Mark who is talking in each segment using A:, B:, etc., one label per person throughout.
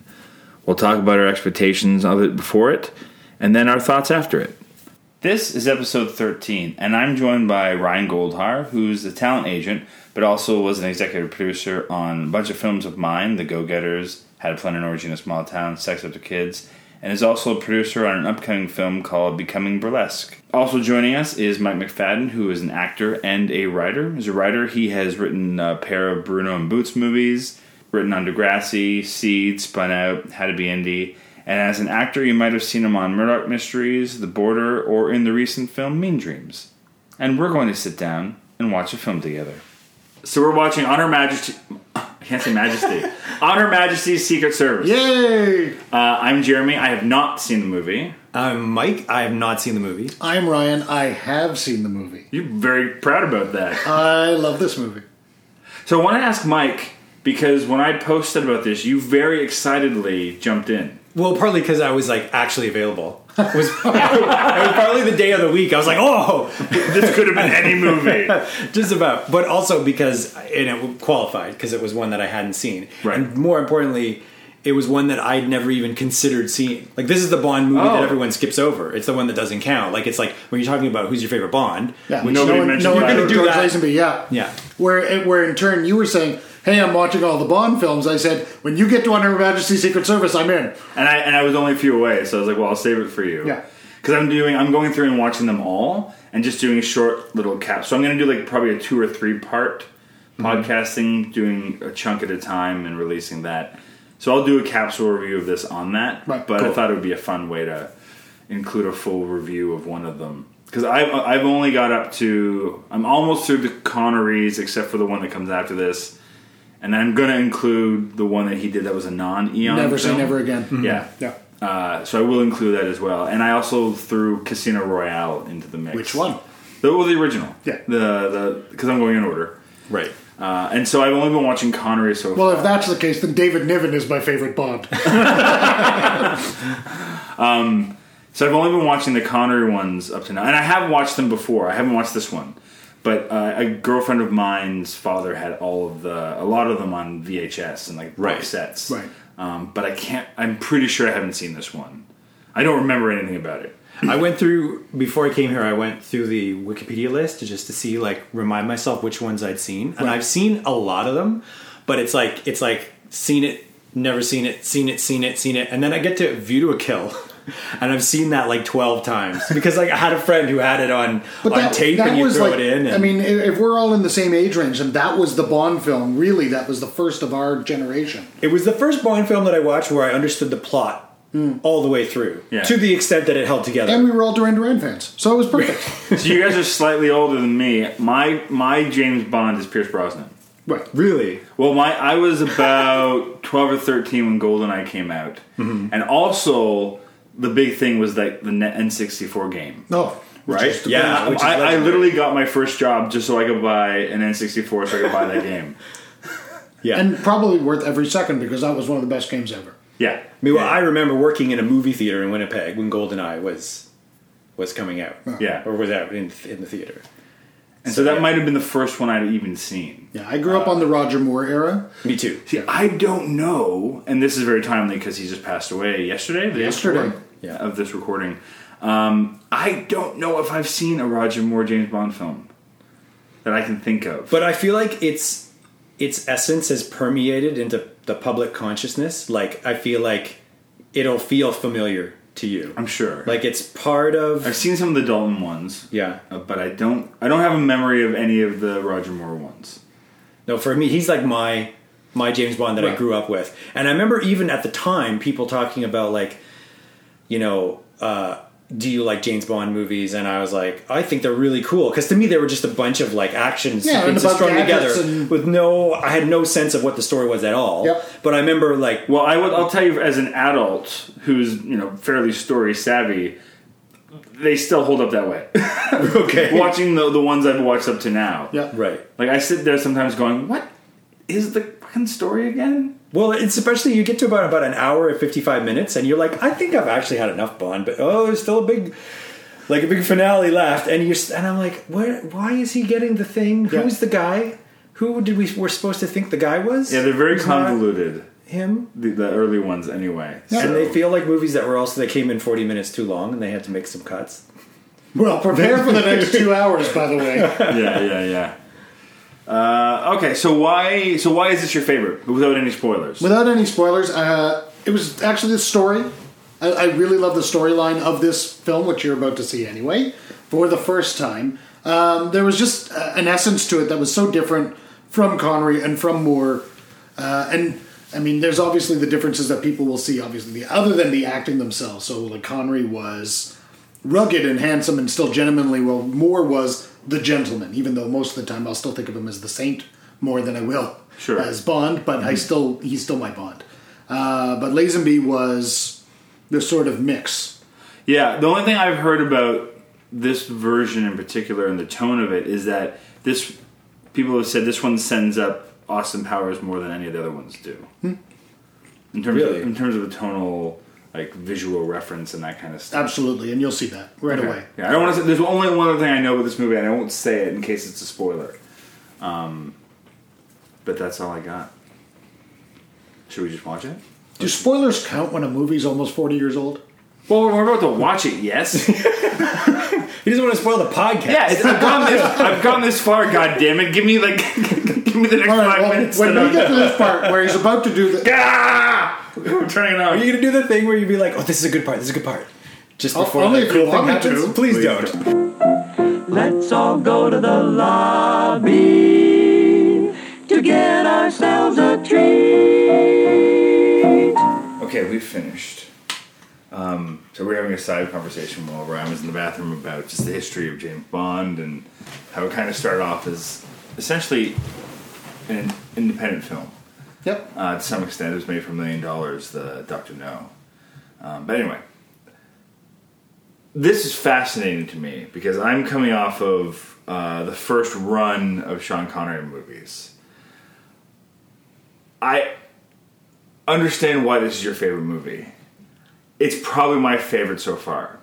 A: We'll talk about our expectations of it before it, and then our thoughts after it. This is episode 13, and I'm joined by Ryan Goldhar, who's the talent agent, but also was an executive producer on a bunch of films of mine The Go Getters, How to Plan an Orgy in a Small Town, Sex Up to Kids, and is also a producer on an upcoming film called Becoming Burlesque. Also joining us is Mike McFadden, who is an actor and a writer. As a writer, he has written a pair of Bruno and Boots movies, written on Degrassi, Seed, Spun Out, How to Be Indie, and as an actor, you might have seen him on Murdoch Mysteries, The Border, or in the recent film Mean Dreams. And we're going to sit down and watch a film together. So we're watching On Her Majesty. I can't say Majesty. On Her Majesty's Secret Service.
B: Yay!
A: Uh, I'm Jeremy. I have not seen the movie.
C: I'm Mike. I have not seen the movie.
B: I'm Ryan. I have seen the movie.
A: You're very proud about that.
B: I love this movie.
A: So I want to ask Mike because when I posted about this, you very excitedly jumped in.
C: Well, partly because I was like actually available. It was, it was partly the day of the week. I was like, oh,
A: This could have been any movie.
C: just about. But also because and it qualified because it was one that I hadn't seen,
A: Right.
C: and more importantly, it was one that I'd never even considered seeing. Like this is the Bond movie
A: Oh.
C: that everyone skips over. It's the one that doesn't count. Like it's like when you're talking about who's your favorite Bond.
B: Yeah,
A: Well, nobody mentioned
B: no
A: that. You're
B: one no one
C: gonna do
B: George
C: that.
B: Lazenby, yeah,
C: Yeah.
B: Where, where in turn you were saying, "Hey, I'm watching all the Bond films." I said, "When you get to Under Her Majesty's Secret Service, I'm in."
A: and I and I was only a few away, so I was like, "Well, I'll save it for you."
B: Yeah.
A: Because I'm doing, I'm going through and watching them all, and just doing short little caps. So I'm going to do like probably a two or three part
B: Mm-hmm.
A: podcasting, doing a chunk at a time, and releasing that. So I'll do a capsule review of this on that.
B: Right,
A: But I
B: cool.
A: thought it would be a fun way to include a full review of one of them. Because I've, I've only got up to, I'm almost through the Connerys, except for the one that comes after this. And I'm going to include the one that he did that was a non Eon.
B: Never say never again.
C: Mm-hmm.
A: Yeah.
B: Mm-hmm. Yeah.
A: Uh, so I will include that as well, and I also threw Casino Royale into the mix.
B: Which one?
A: The, well, the original.
B: Yeah.
A: The the because I'm going in order,
C: Right.
A: uh, and so I've only been watching Connery so
B: Well,
A: far.
B: if that's the case, then David Niven is my favorite Bond.
A: So I've only been watching the Connery ones up to now, and I have watched them before. I haven't watched this one, but uh, a girlfriend of mine's father had all of the a lot of them on VHS and like
C: Right.
A: box sets.
B: Right.
A: Um, but I can't. I'm pretty sure I haven't seen this one. I don't remember anything about it.
C: I went through before I came here. I went through the Wikipedia list to just to see, like, remind myself which ones I'd seen, and I've seen a lot of them. But it's like it's like seen it, never seen it, seen it, seen it, seen it, and then I get to View to a Kill, and I've seen that like twelve times because like I had a friend who had it on on tape, and you throw it in. And,
B: I mean, i- if we're all in the same age range, and that was the Bond film, really, that was the first of our generation.
C: It was the first Bond film that I watched where I understood the plot all the way through
A: Yeah.
C: to the extent that it held together.
B: Mm. And we were all Duran Duran fans, so it was perfect.
A: So you guys are slightly older than me. My my James Bond is Pierce Brosnan.
B: right.
C: really,
A: Well, my I was about twelve or thirteen when GoldenEye came out,
C: Mm-hmm.
A: and also the big thing was like the N sixty four game.
B: No.
A: Right?
C: yeah, which is
A: I, I
C: legendary.
A: literally got my first job just so I could buy an N sixty four, so I could buy that game.
C: yeah.
B: And probably worth every second because that was one of the best games ever.
A: Yeah.
C: Meanwhile,
A: yeah.
C: I remember working in a movie theater in Winnipeg when GoldenEye was was coming out,
A: Yeah.
C: or was out in in the theater.
A: and so that
C: yeah.
A: might have been the first one I'd even seen.
B: Yeah, I grew up on the Roger Moore era.
C: Me too.
A: See, I don't know, and this is very timely because he just passed away yesterday. the day
B: Yesterday.
A: before
C: Yeah.
A: of this recording. Um, I don't know if I've seen a Roger Moore James Bond film that I can think of.
C: But I feel like its its essence has permeated into the public consciousness. Like I feel like it'll feel familiar to you.
A: I'm sure.
C: Like it's part of
A: I've seen some of the Dalton ones.
C: yeah.
A: uh, But I don't. I don't have a memory of any of the Roger Moore ones.
C: No, for me, he's like my my James Bond that I
B: Right.
C: grew up with, and I remember even at the time people talking about like, you know, uh, do you like James Bond movies? And I was like, I think they're really cool because to me they were just a bunch of like action
B: and
C: sequences
B: about
C: strung together
B: gadgets and-
C: with no. I had no sense of what the story was at all.
B: Yep.
C: But I remember like
A: Well, I will, I'll tell you, as an adult who's you know fairly story savvy, they still hold up that way.
C: okay,
A: Watching the the ones I've watched up to now,
B: Yeah.
C: right.
A: Like I sit there sometimes going, "What is the fucking story again?"
C: Well, it's especially you get to about about an hour and fifty five minutes, and you're like, I think I've actually had enough Bond, but oh, there's still a big, like a big finale left, and you're s- and I'm like, where? Why is he getting the thing? Who's the guy? Who did we were supposed to think the guy was?
A: Yeah, they're very
C: Who's not
A: convoluted.
C: Him
A: The, the early ones, anyway.
C: and
A: So-
C: they feel like movies that were also they came in forty minutes too long, and they had to make some cuts.
B: Well, prepare for the next two hours, by the way.
A: yeah, yeah, yeah. Uh, okay, so why so why is this your favorite without any spoilers?
B: Without any spoilers, uh, it was actually the story. I, I really love the storyline of this film, which you're about to see anyway, for the first time. Um, there was just uh, an essence to it that was so different from Connery and from Moore. Uh, and I mean, there's obviously the differences that people will see, obviously, other than the acting themselves. So, like, Connery was rugged and handsome and still gentlemanly, while Moore was the gentleman, even though most of the time I'll still think of him as the saint more than I will
A: Sure. Mm-hmm.
B: as Bond, but I still he's still my Bond. Uh, but Lazenby was the sort of mix.
A: Yeah, the only thing I've heard about this version in particular and the tone of it is that this people have said this one sends up Austin Powers more than any of the other ones do. In terms
C: Really?
A: of, in terms of the tonal like visual reference and that kind of stuff.
B: Absolutely, and you'll see that right
A: Okay.
B: away.
A: Yeah, I don't want to. Say, there's only one other thing I know about this movie, and I won't say it in case it's a spoiler. Um, but that's all I got. Should we just watch it?
B: Do spoilers count when a movie's almost forty years old?
A: Well, we're about to watch it. Yes.
C: He doesn't want to spoil the podcast.
A: yeah. It's, I've gone this. I've gone this far. God damn it! Give me like. give me the next
B: All right,
A: five
B: well,
A: minutes.
B: when
A: When
B: we get to this part where he's about to do the,
A: ah! We're turning it
C: Are
A: on.
C: you gonna do the thing where you'd be like, oh, this is a good part. This is a good part. Just before
B: only
C: the
B: if you
C: cool thing
B: want me
C: happens.
B: to.
C: Please, don't.
D: Let's all go to the lobby to get ourselves a treat.
A: Okay, we finished. Um, so we're having a side conversation while Ryan was in the bathroom about just the history of James Bond and how it kind of started off as essentially an independent film.
B: yep,
A: Uh, to some extent, it was made for a million dollars, the Doctor No. Um, but anyway, this is fascinating to me because I'm coming off of uh, the first run of Sean Connery movies. I understand why this is your favorite movie. It's probably my favorite so far.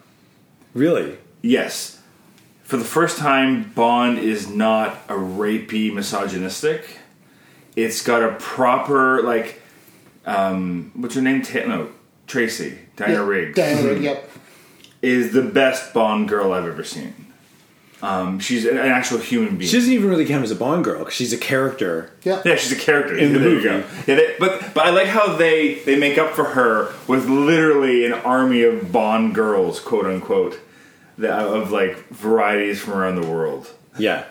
C: Really?
A: Yes. For the first time, Bond is not a rapey, misogynistic. It's got a proper, like, um, what's her name? Ta- no, Tracy, Diana
B: Yeah,
A: Riggs,
B: Diana Rigg, yep.
A: is the best Bond girl I've ever seen. Um, she's an, an actual human being.
C: She doesn't even really count as a Bond girl because she's a character.
B: Yeah.
A: yeah, she's a character
C: In the
A: There you
C: movie.
A: go. Yeah, they, but but I like how they they make up for her with literally an army of Bond girls, quote unquote, that, of like varieties from around the world.
C: Yeah.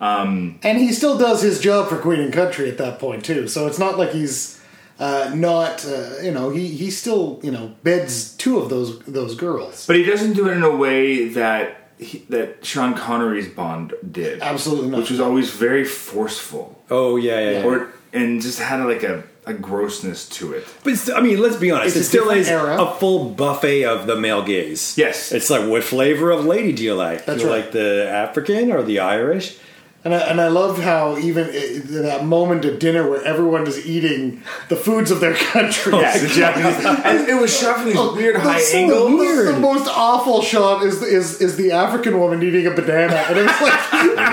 B: And he still does his job for Queen and Country at that point too. So it's not like he's uh, not, uh, you know, he he still you know beds two of those those girls.
A: But he doesn't do it in a way that he, that Sean Connery's Bond did,
B: Absolutely not.
A: which was always very forceful,
C: Oh yeah, yeah. yeah.
A: or and just had like a, a grossness to it.
C: but it's, I mean, let's be
B: It's
C: honest. it
B: a
C: still
B: different
C: is
B: era.
C: a full buffet of the male gaze.
A: Yes.
C: It's like, what flavor of lady do you like?
B: That's
C: do you
B: right.
C: like the African or the Irish?
B: And I, and I love how even i that moment at dinner where everyone is eating the foods of their country. Oh,
A: Yeah, Oh, the Japanese, and it was shot from these weird high
B: That's so
A: angles.
B: weird. The, most awful shot is, is is the African woman eating a banana, and it was like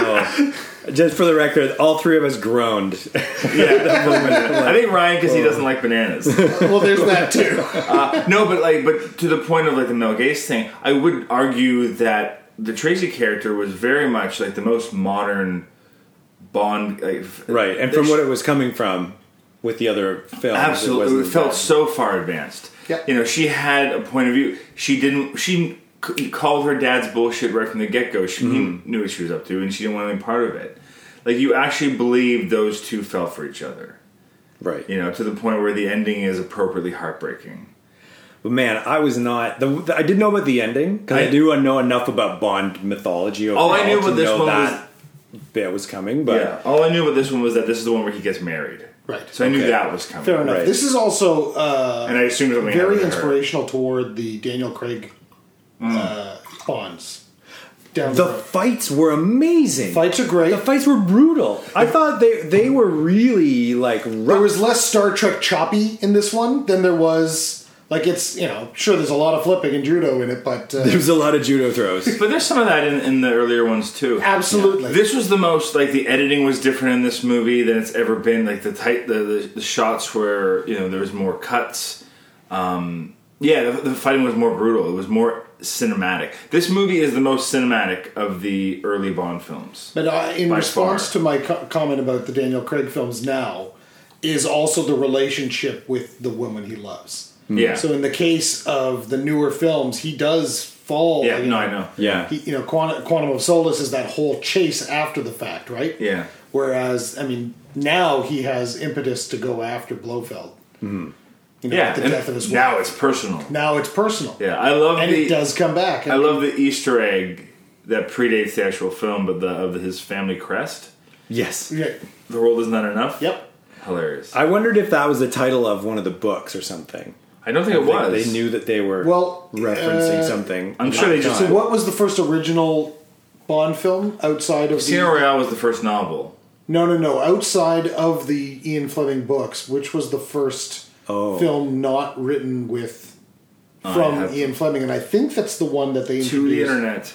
C: Oh. Just for the record, all three of us groaned.
A: Yeah, I think Ryan because he doesn't like bananas.
B: well, there's that too.
A: no, but like, but to the point of like the Mel Gates thing, I would argue that the Tracy character was very much like the most modern Bond. Like,
C: right, and from what it was coming from with the other films,
A: absolutely it,
C: wasn't
A: felt
C: that-
A: so far advanced
B: Yep.
A: you know she had a point of view she didn't she c- called her dad's bullshit right from the get-go she
B: Mm-hmm.
A: knew what she was up to and she didn't want any part of it like you actually believed those two fell for each other
C: right.
A: you know to the point where the ending is appropriately heartbreaking
C: But man, I was not. The, I did know about the ending because I,
E: I-
C: do know enough about Bond mythology.
A: Oh,
C: Overall
E: All I knew
C: to
E: about this
C: know
E: one
C: that bit was coming, but
A: Yeah. All I knew about this one was that this is the one where he gets married.
B: Right.
A: So I knew
C: Okay.
A: that was coming.
B: Fair enough.
C: Right.
B: This is also uh,
A: And I assumed something
B: very
A: happened to her.
B: inspirational toward the Daniel Craig
A: Mm.
B: uh, Bonds. Down the,
C: the
B: road.
C: fights were amazing.
B: fights are great.
C: the fights were brutal. I thought they they were really like
B: there
C: rough.
B: was less Star Trek choppy in this one than there was. Like it's you know sure there's a lot of flipping and judo in it, but
C: there
B: uh,
C: was a lot of judo throws.
A: But there's some of that in, in the earlier ones too.
B: absolutely
A: This was the most like the editing was different in this movie than it's ever been. Like the tight the, the, the shots where you know there was more cuts. Um, yeah, the, the fighting was more brutal. It was more cinematic. This movie is the most cinematic of the early Bond films.
B: But uh, in
A: By
B: response
A: far.
B: to my co- comment about the Daniel Craig films now, is also the relationship with the woman he loves.
A: Yeah.
B: So in the case of the newer films, he does fall.
A: yeah.
B: you
A: No, I know.
C: Yeah,
B: He, you know, Quantum, Quantum of Solace is that whole chase after the fact, right?
A: Yeah.
B: Whereas, I mean, now he has impetus to go after Blofeld. Mm-hmm. You know,
A: Yeah.
B: the
A: and
B: death of his wife.
A: now it's personal.
B: Now it's personal.
A: Yeah, I love
B: And
A: the
B: it does come back.
A: I love the Easter egg that predates the actual film, but the of his family crest.
C: yes.
B: Yeah.
A: The world is not enough.
B: Yep.
A: Hilarious. I,
C: I wondered if that was the title of one of the books or something.
A: don't think it
C: They-
A: was.
C: They, knew that they were
B: Well,
C: referencing
B: uh,
C: something.
A: I'm sure they just-
B: So, what was the first original Bond film outside of
A: Casino
B: the,
A: Royale was the first novel.
B: No, no, no. Outside of the Ian Fleming books, which was the first
C: Oh.
B: film not written with
A: I
B: from
A: have-
B: Ian Fleming, and I think that's the one that they
A: To the
B: introduced.
A: internet.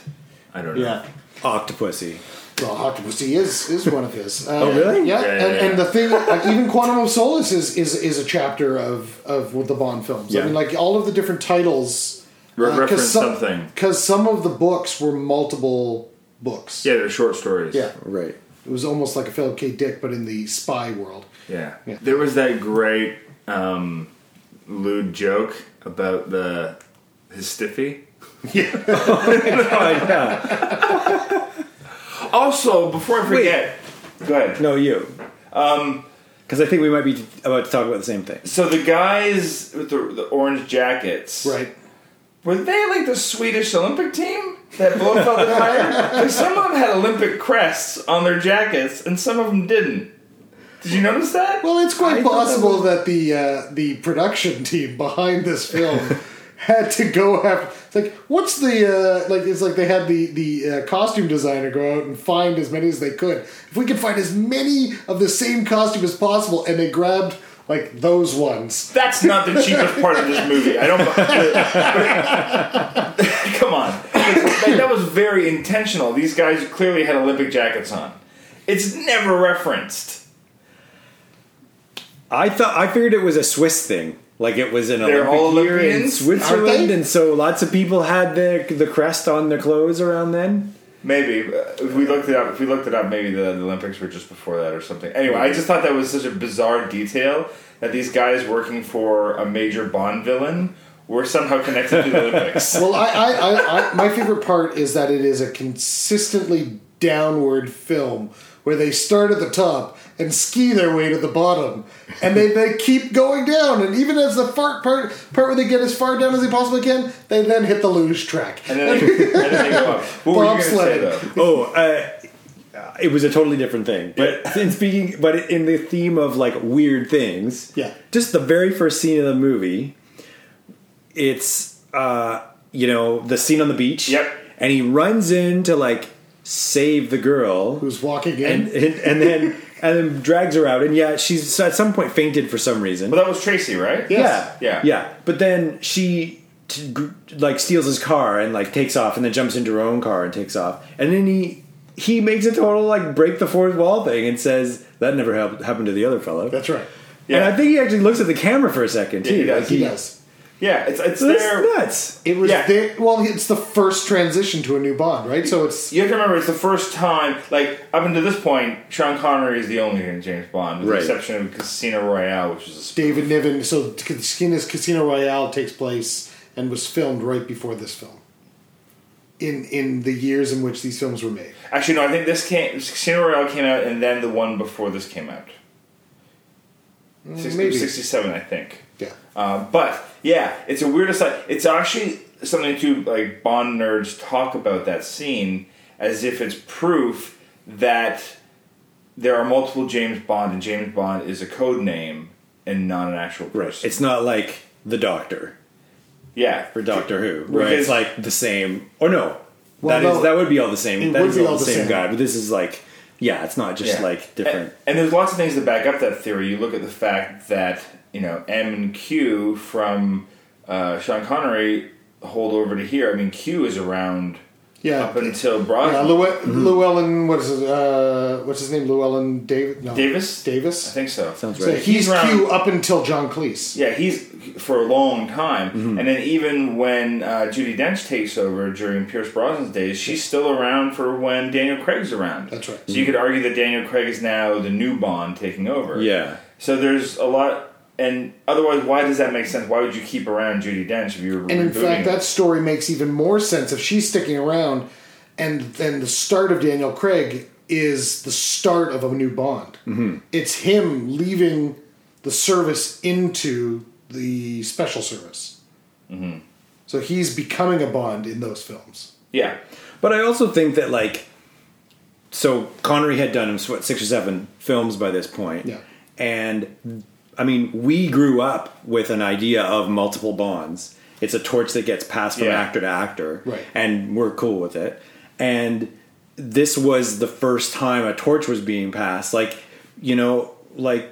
A: I don't know.
B: Yeah.
C: Octopussy.
B: Well, Octopussy is is one of his. Uh, oh,
C: really?
B: Yeah.
A: Yeah,
B: and,
A: yeah, yeah.
B: and the thing, like, even Quantum of Solace is is is a chapter of of the Bond films. I
C: Yeah.
B: mean, like all of the different titles uh,
A: Re- reference something.
B: because some of the books were multiple books.
A: Yeah, they're short stories.
B: Yeah.
C: Right.
B: It was almost like a Philip K. Dick, but in the spy world.
A: Yeah.
B: Yeah.
A: There was that great um, lewd joke about the his stiffy.
C: Oh, yeah.
A: Also, before I forget, go ahead.
C: No, you. Um, because I think we might be about to talk about the same thing.
A: So the guys with the, the orange jackets,
B: Right.
A: Were they like the Swedish Olympic team that Blofeld had hired? Because some of them had Olympic crests on their jackets, and some of them didn't. Did you notice that?
B: Well, it's quite
C: I thought that
B: possible that, the uh, the production team behind this film had to go after. It's like, what's the uh, like? It's like they had the the uh, costume designer go out and find as many as they could. If we could find as many of the same costume as possible, and they grabbed like those ones.
A: That's not the cheapest part of this movie. I don't. Come on, Like, that was very intentional. These guys clearly had Olympic jackets on. It's never referenced.
C: I thought I figured it was a Swiss thing. Like it was an
A: They're
C: Olympic
A: all
C: year in
A: Olympians, aren't
C: Switzerland,
B: they?
C: and so lots of people had the the crest on their clothes around then.
A: Maybe uh, if we looked it up, if we looked it up, maybe the, the Olympics were just before that or something. Anyway, I just thought that was such a bizarre detail that these guys working for a major Bond villain were somehow connected to the Olympics.
B: Well, I, I, I, I my favorite part is that it is a consistently downward film where they start at the top and ski their way to the bottom, and they, they keep going down. And even as the fart part part where they get as far down as they possibly can, they then hit the luge track.
A: And then, they, and then they go up. What were you going to say though?
C: Oh, uh, it was a totally different thing. But in speaking, but in the theme of like weird things,
B: Yeah.
C: Just the very first scene of the movie, it's uh, you know the scene on the beach.
A: Yep.
C: And he runs in to like save the girl,
B: Who's walking in?
C: and, and and then and then drags her out, and yeah, she's at some point fainted for some reason.
A: Well, that was Tracy, right?
B: Yes.
C: Yeah,
A: Yeah.
C: yeah. But then she t- gr- like steals his car and like takes off, and then jumps into her own car and takes off, and then he he makes a total like break the fourth wall thing and says that never hap- happened to the other fellow.
B: That's right.
A: Yeah.
C: And I think he actually looks at the camera for a second too.
A: he does.
C: Like,
B: He does.
A: Yeah, it's it's
C: That's
A: there.
C: nuts.
B: It was
A: Yeah.
B: there. Well, it's the first transition to a new Bond, right? So it's
A: You have to remember, it's the first time, like, up until this point, Sean Connery is the only James Bond, with
C: Right.
A: the exception of Casino Royale, which is a spin
B: David Niven. So Casino's Casino Royale takes place and was filmed right before this film. In in the years in which these films were made,
A: Actually, no. I think this came. Casino Royale came out, and then the one before this came out. Six-
B: maybe.
A: sixty-seven, I think.
B: yeah.
A: Uh, but Yeah, it's a weird aside. It's actually something to like Bond nerds talk about that scene as if it's proof that there are multiple James Bond and James Bond is a code name and not an actual person.
C: It's not like the Doctor
A: yeah,
C: for Doctor Who, where
A: Because-
C: it's like the same. Or no,
B: Well,
C: that is
B: no,
C: that would be all the same.
B: it
C: That
B: would
C: is
B: be
C: all the same, guy. But this is like, yeah, it's not just
A: Yeah.
C: like different.
A: And, and there's lots of things that back up that theory. You look at the fact that you know M and Q from uh, Sean Connery hold over to here. I mean, Q is around
B: Yeah.
A: up Mm-hmm. until
B: Yeah,
A: Brosnan.
B: Llewe- Llewellyn, what is his, uh, what's his name? Llewellyn David? No.
A: Davis? I
B: Davis.
A: think so.
C: Sounds
B: So
C: right.
B: he's
A: He's around-
B: Q up until John Cleese.
A: Yeah, he's for a long time,
C: Mm-hmm.
A: and then even when uh, Judy Dench takes over during Pierce Brosnan's days, she's still around for when Daniel Craig's around.
B: That's right.
A: So
C: Mm-hmm.
A: you could argue that Daniel Craig is now the new Bond taking over.
C: Yeah.
A: So there's a lot, and otherwise, why does that make sense? Why would you keep around Judy Dench if you were
B: And in
A: rebooting
B: fact,
A: it?
B: that story makes even more sense if she's sticking around, and then the start of Daniel Craig is the start of a new Bond. It's him leaving the service into the special service. So he's becoming a Bond in those films.
A: yeah,
C: But I also think that like, so Connery had done what six or seven films by this point,
B: Yeah.
C: And I mean, we grew up with an idea of multiple bonds. It's a torch that gets passed from
A: Yeah.
C: actor to actor,
B: Right.
C: And we're cool with it. And this was the first time a torch was being passed. Like, you know, like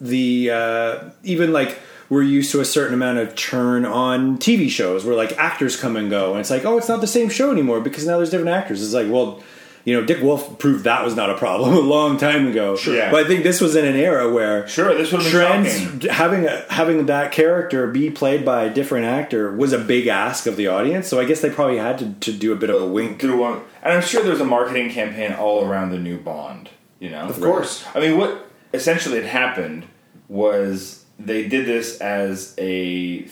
C: the uh, even like we're used to a certain amount of churn on TV shows where like actors come and go, and it's like, oh, it's not the same show anymore because now there's different actors. It's like, well, you know, Dick Wolf proved that was not a problem a long time ago. Sure,
A: Yeah.
C: but I think this was in an era where
A: sure, this would have been shocking.
C: trans having a, having that character be played by a different actor was a big ask of the audience. So I guess they probably had to, to do a bit of a wink.
A: Do one, um, and I'm sure there's a marketing campaign all around the new Bond. You know,
B: Of course.
A: I mean, what essentially had happened was they did this as a th-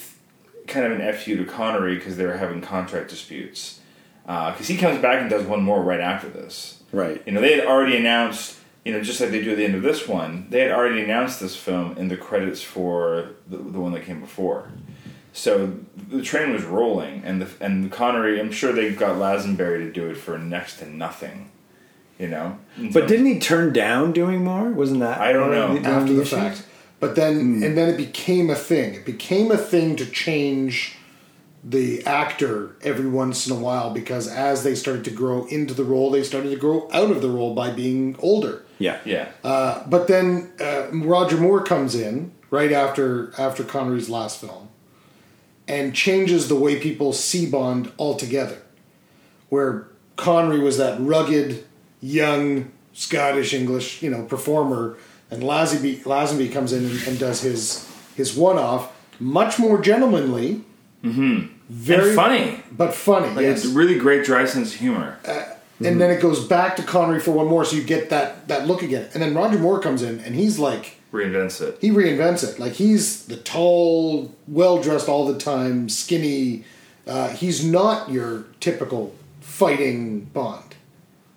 A: kind of an fu to Connery because they were having contract disputes. Because he comes back and does one more right after this.
C: Right.
A: You know, they had already announced. You know, just like they do at the end of this one, they had already announced this film in the credits for the, the one that came before. So the train was rolling, and the and Connery. I'm sure they got Lazenberry to do it for next to nothing. You know, And
C: But
A: so-
C: didn't he turn down doing more? Wasn't that
A: I don't know.
C: one of one of
B: after the
C: issues?
B: fact. Hmm. But then, and then it became a thing. It became a thing to change the actor every once in a while because as they started to grow into the role, they started to grow out of the role by being older.
C: Yeah,
A: yeah,
B: Uh, but then uh, Roger Moore comes in right after after Connery's last film, and changes the way people see Bond altogether. Where Connery was that rugged, young Scottish English, you know, performer, and Lazenby, Lazenby comes in and, and does his his one off, much more gentlemanly, mm-hmm. very
A: and funny.
B: but funny. yes
A: It's really great dry sense of humor. mm-hmm.
B: and then it goes back to Connery for one more, so you get that that look again. And then Roger Moore comes in, and he's like
A: Reinvents it.
B: he reinvents it. Like he's the tall, well dressed all the time, skinny. Uh, he's not your typical fighting Bond.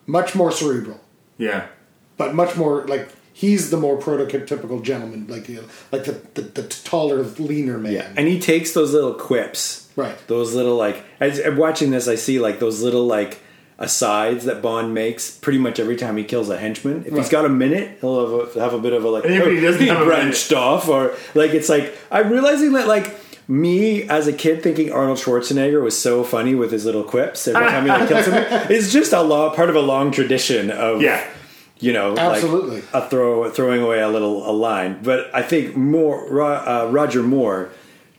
B: Much more cerebral,
A: Yeah,
B: but much more like he's the more prototypical gentleman, like you know, like the, the the taller, leaner man.
C: yeah. And he takes those little quips,
B: Right.
C: Those little like as I'm watching this, I see like those little like asides that Bond makes pretty much every time he kills a henchman. If he's
B: Right.
C: got a minute, he'll have a, have a bit of a like
A: And if he doesn't have a
C: branched off or like it's like I'm realizing that like. Me as a kid thinking Arnold Schwarzenegger was so funny with his little quips every time he like kills him is just a law part of a long tradition of
A: yeah.
C: you know,
B: Absolutely.
C: like a throw throwing away a little a line. But I think more Ro- uh, Roger Moore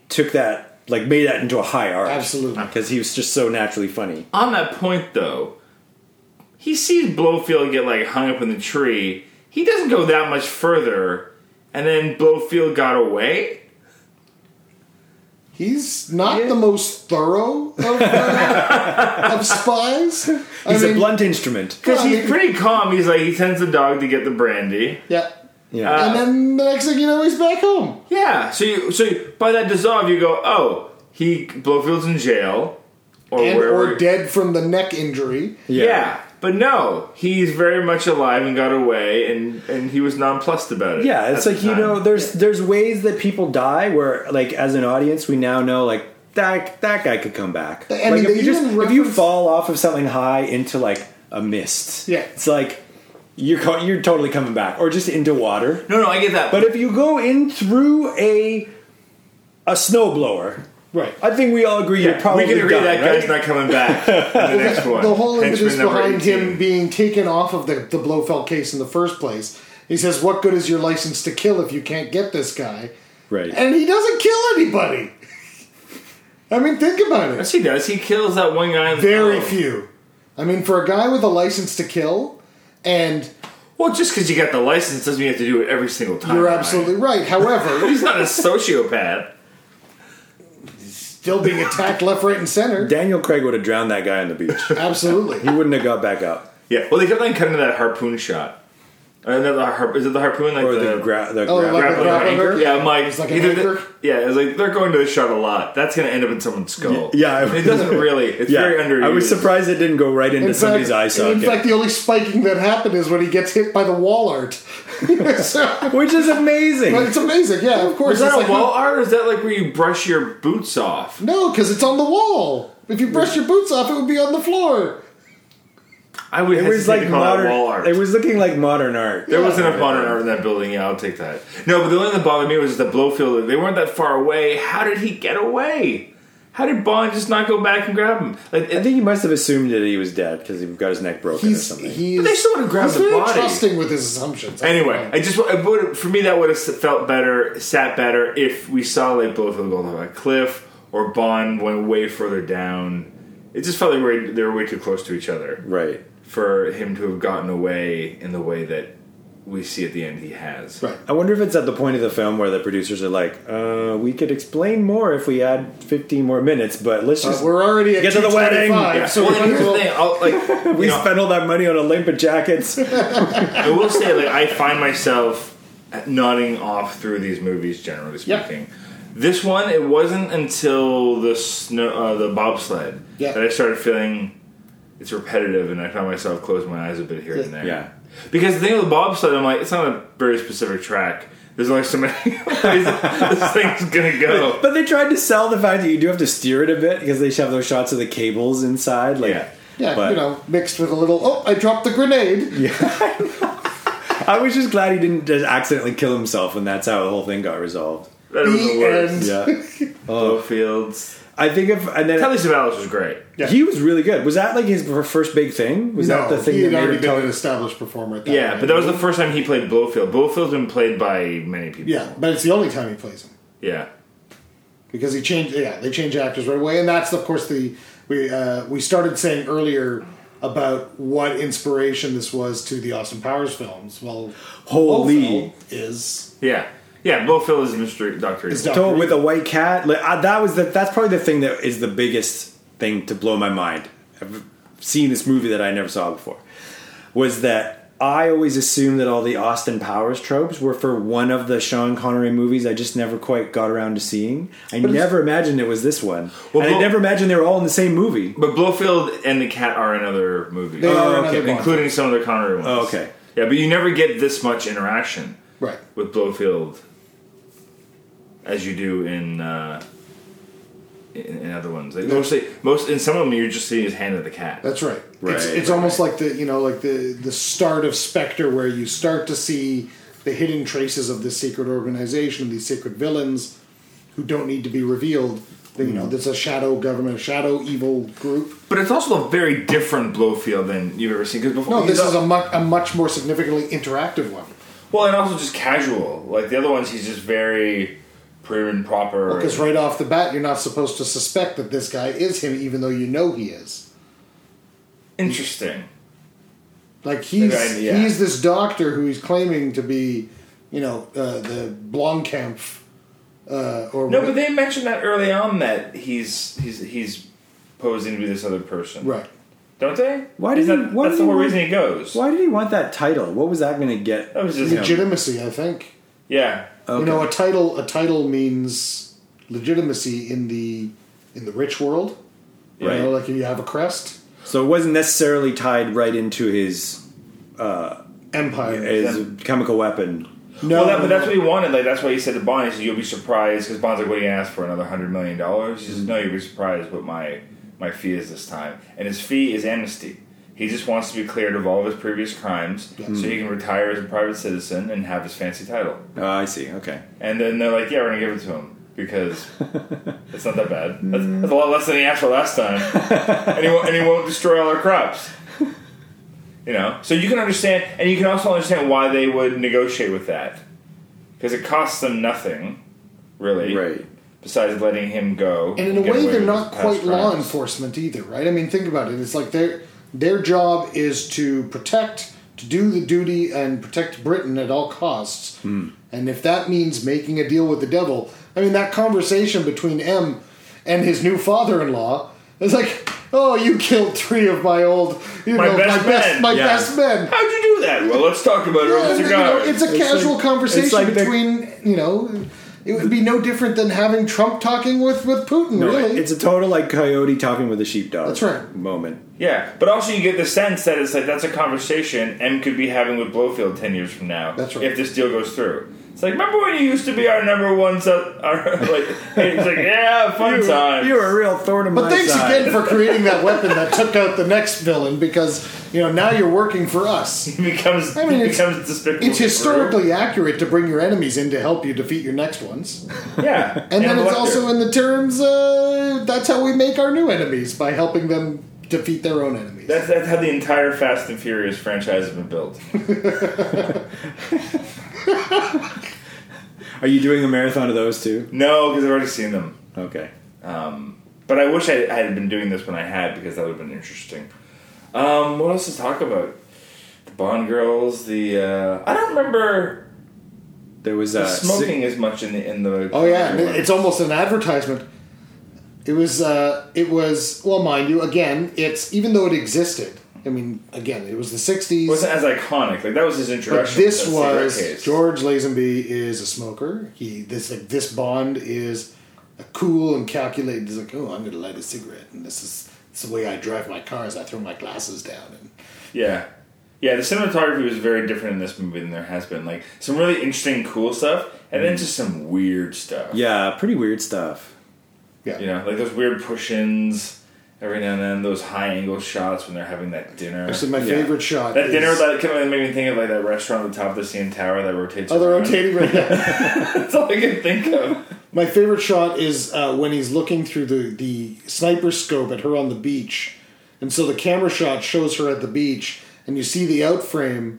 C: took that like made that into a high art,
B: Absolutely.
C: because he was just so naturally funny.
A: On that point, though, he sees Blowfield get like hung up in the tree. He doesn't go that much further, and then Blowfield got away.
B: He's not the most thorough of, uh, of spies.
C: He's a blunt instrument.
A: Because
B: Well, I
A: he's
B: mean-
A: pretty calm. He's like he sends the dog to get the brandy.
B: Yeah.
C: Yeah,
B: and then the next thing you know, he's back home.
A: Yeah. So you so you, by that dissolve, you go, oh, he Blowfield's in jail, or
B: And,
A: wherever.
B: or dead from the neck injury.
A: Yeah. But no, he's very much alive and got away, and and he was nonplussed about it.
C: Yeah, it's
A: at
C: like
A: the
C: you
A: time.
C: know, there's there's ways that people die where, like, as an audience, we now know like that that guy could come back.
B: I
C: like
B: mean,
C: if
B: they
C: you just
B: even
C: if you
B: reference-
C: fall off of something high into like a mist,
B: Yeah.
C: it's like you're co- you're totally coming back, or just into water.
A: no, no, I get that.
C: But if you go in through a a snowblower,
B: Right.
C: I think we all agree you're
A: we
C: probably
A: can agree
C: done,
A: that
C: right?
A: guy's not coming back. in the next one,
B: the whole
A: Henchman
B: impetus
A: number
B: behind
A: 18.
B: him being taken off of the, the Blofeld case in the first place. He says, What good is your license to kill if you can't get this guy?
C: Right.
B: And he doesn't kill anybody. I mean, think about it.
A: Yes, he does. He kills that one guy. in the
B: Very
A: film.
B: few. I mean, for a guy with a license to kill, and
A: Well, just because you got the license doesn't mean you have to do it every single time.
B: you're
A: Ryan.
B: absolutely right. However,
A: He's not a sociopath.
B: still being attacked left, right, and center.
C: Daniel Craig would have drowned that guy on the beach.
B: Absolutely.
C: he wouldn't have got back up.
A: Yeah. Well, they kept on cutting to that harpoon shot. Or the harp- is it the harpoon like
C: Or
A: the,
C: the, gra- the
B: Oh,
C: grab-
B: like
A: grappling
B: the grappling
A: anchor?
B: hook?
A: Yeah, I'm like,
B: It's like an
A: either the-
B: anchor?
A: yeah, it's like they're going to the shot a lot. That's going to end up in someone's skull.
C: yeah, I-
A: it doesn't really. It's
C: yeah,
A: very underused.
C: I was surprised it didn't go right into
B: In
C: somebody's eye
B: fact, in
C: socket,
B: fact, the only spiking that happened is when he gets hit by the wall art. so,
C: which is amazing.
B: but it's amazing. Yeah, of course.
A: Is that
B: it's
A: a
B: like,
A: wall art, or is that like where you brush your boots off?
B: No, because it's on the wall. If you brush your boots off, it would be on the floor.
A: I would.
C: it was
A: hesitate to
C: like
A: call that
C: modern.
A: wall art.
C: It was looking like modern art.
A: There wasn't a modern art in that building. Yeah, I'll take that. No, but the only thing that bothered me was the Blowfield. They weren't that far away. How did he get away? How did Bond just not go back and grab him? Like,
C: I
A: it,
C: think he must have assumed that he was dead because he got his neck broken or
B: He's
C: something.
B: he
A: But
B: is,
A: they still would've grabbed
B: he's
A: the
B: very
A: body.
B: trusting with his assumptions.
A: anyway, I just it would for me that would have felt better, sat better if we saw like Blowfield go off a cliff or Bond went way further down. It just felt like we're, they were way too close to each other
C: right.
A: for him to have gotten away in the way that we see at the end he has.
B: Right.
C: I wonder if it's at the point of the film where the producers are like, uh, "We could explain more if we add 15 more minutes, but let's
B: Uh,
C: just
B: we're already at
C: Get to the wedding.
B: 225,
A: Yeah.
B: So
A: well,
B: we
A: and
B: might
A: here's
B: as
A: the
B: well-
A: thing. I'll, like,
C: we
A: you know,
C: spent all that money on Olympic jackets."
A: I will say, like, I find myself nodding off through these movies, generally
B: Yep.
A: speaking. This one, it wasn't until the snow, uh, the bobsled
B: Yeah.
A: that I started feeling it's repetitive, and I found myself closing my eyes a bit here and there.
C: Yeah.
A: because the thing with the bobsled, I'm like, it's not a very specific track. There's only so many ways this thing's gonna go.
C: But they tried to sell the fact that you do have to steer it a bit because they have those shots of the cables inside. Like,
A: Yeah.
B: yeah,
C: but
B: you know, mixed with a little. Oh, I dropped the grenade.
C: I was just glad he didn't just accidentally kill himself, and that's how the whole thing got resolved.
A: That was the
B: The
A: worst.
B: end.
C: Yeah,
A: Blowfields.
C: I think if and then
A: Telly Savalas was great.
B: Yeah.
C: he was really good. Was that like his first big thing? Was
B: no,
C: that the thing
B: he
C: that
B: had
C: made
B: already
C: him
B: been
C: tell
B: an established performer. At that
A: Yeah,
B: point.
A: but that was the first time he played Blowfield. Blowfield's been played by many people.
B: yeah, but it's the only time he plays him
A: Yeah.
B: because he changed. Yeah, they change actors right away, and that's of course the we uh, we started saying earlier about what inspiration this was to the Austin Powers films. Well,
C: Holy.
B: Blofeld is
A: Yeah. Yeah, Blowfield is Mr. Doctor
B: Is
A: Evil.
B: Doc-
C: So with a white cat, like, I, that was the, that's probably the thing that is the biggest thing to blow my mind. I've seen this movie that I never saw before was that I always assumed that all the Austin Powers tropes were for one of the Sean Connery movies I just never quite got around to seeing. I never imagined it was this one,
A: Well,
C: and I
A: Blo-
C: never imagined they were all in the same movie.
A: But Blowfield and the cat are in other movies,
B: They are
C: Oh, okay.
B: another Bond.
A: including some of the Connery ones.
C: Oh, okay.
A: Yeah, but you never get this much interaction
B: right.
A: with Blowfield as you do in uh, in, in other ones. Like mostly, most in some of them, you're just seeing his hand of the cat.
B: That's right. it's
C: Right,
B: it's
C: right,
B: almost like the you know like the the start of Spectre, where you start to see the hidden traces of this secret organization, these secret villains who don't need to be revealed. They- You know, there's a shadow government, a shadow evil group.
A: but it's also a very different Blowfield than you've ever seen. Because before,
B: No, this
A: he's
B: is
A: al-
B: a much a much more significantly interactive one
A: well, and also just casual. Like the other ones, he's just very prim and proper.
B: because right off the bat, you're not supposed to suspect that this guy is him, even though you know he is.
A: Interesting.
B: Like he's
A: The guy- yeah.
B: he's this doctor who he's claiming to be, you know, uh, the Blomkamp. Uh, or
A: No,
B: what-
A: but they mentioned that early on that he's he's he's posing to be this other person,
B: right.
A: Don't they?
C: Why
A: Is
C: did
A: that,
C: he- why
A: That's
C: did
A: the
C: he
A: whole
C: want-
A: reason he goes.
C: Why did he want that title? What was that going to get?
A: That was just him.
B: legitimacy, I think.
A: Yeah,
C: Okay.
B: You know, a title a title means legitimacy in the in the rich world. You
A: Right.
B: know, like if you have a crest.
C: So it wasn't necessarily tied right into his
B: Empire.
C: his chemical weapon.
B: no,
A: Well, that, but that's what he wanted. Like that's why he said to Bond, he said, "You'll be surprised," because Bond's like, "What do you ask for? Another hundred million dollars?" He says,
C: Mm-hmm.
A: "No, you'll be surprised what my my fee is this time." And his fee is amnesty. He just wants to be cleared of all of his previous crimes,
C: Mm-hmm.
A: so he can retire as a private citizen and have his fancy title.
C: Oh, I see. Okay.
A: And then they're like, "Yeah, we're gonna give it to him." Because it's not that bad. That's, that's a lot less than he asked for last time, and he won't, and he won't destroy all our crops. You know, so you can understand, and you can also understand why they would negotiate with that, because it costs them nothing, really,
C: Right.
A: Besides letting him go,
B: and in a
A: get
B: way,
A: away
B: they're
A: with
B: not
A: past
B: quite law
A: crimes.
B: enforcement either, right? I mean, think about it. It's like their their job is to protect, to do the duty, and protect Britain at all costs.
A: Hmm.
B: And if that means making a deal with the devil, I mean, that conversation between M and his new father-in-law is like, "Oh, you killed three of my old, you
A: My
B: know,
A: best
B: my best,
A: men."
B: my
C: Yeah.
B: best men."
A: How'd you do that? Well, let's talk about it
B: Yeah,
A: over
B: you know,
A: cigars.
B: it's a
C: It's
B: casual
C: like-
B: conversation
C: it's like they're-
B: between, you know, it would be no different than having Trump talking with, with Putin, really.
C: It's a total like coyote talking with a sheepdog.
B: That's right.
C: Moment.
A: Yeah, but also you get the sense that it's like that's a conversation M could be having with Blowfield ten years from now.
B: That's right.
A: If this deal goes through, it's like remember when you used to be our number one. Sub- our, like it's like yeah, fun time.
C: You were a real thorn in
B: but
C: my
B: thanks
C: side.
B: again for creating that weapon that took out the next villain because, you know, now you're working for us.
A: He becomes
B: I mean,
A: he
B: it's-
A: becomes despicable.
B: It's
A: to
B: historically accurate to bring your enemies in to help you defeat your next ones.
A: Peru. yeah,
B: And then it's
A: Lecter.
B: also in the terms, uh, that's how we make our new enemies, by helping them defeat their own enemies.
A: that's that's how the entire Fast and Furious franchise has been built.
C: Are you doing a marathon of those too?
A: No, because I've already seen them.
C: Okay.
A: But I wish I I had been doing this when I had because that would have been interesting. Um, what else to talk about? The Bond girls. The uh, I don't remember
C: There was uh, si-
A: smoking as much in the in the.
B: Oh yeah, it- it's almost an advertisement. It was. Uh, it was. Well, mind you, again, it's even though it existed. I mean, again, it was the
A: it
B: '60s.
A: wasn't as iconic. Like that was his
B: But
A: introduction.
B: this
A: to that cigarette
B: was
A: case.
B: George Lazenby is a smoker. He this like this Bond is a cool and calculated. He's like, oh, I'm going to light a cigarette, and this is it's the way I drive my car is I throw my glasses down. And
A: Yeah. Yeah, the cinematography was very different in this movie than there has been. Like some really interesting, cool stuff, and then just some weird stuff.
C: Mm. yeah, pretty weird stuff.
B: yeah,
A: You know, like those weird push-ins every now and then, those high-angle shots when they're having that dinner.
B: actually, my
C: Yeah.
B: favorite shot
A: that
B: is,
A: dinner that kind of made me think of like that restaurant on the top of the CN Tower that rotates.
B: Oh, they're
A: around.
B: rotating right now.
A: That's all I can think of.
B: My favorite shot is uh, when he's looking through the, the sniper scope at her on the beach. And so the camera shot shows her at the beach, and you see the out frame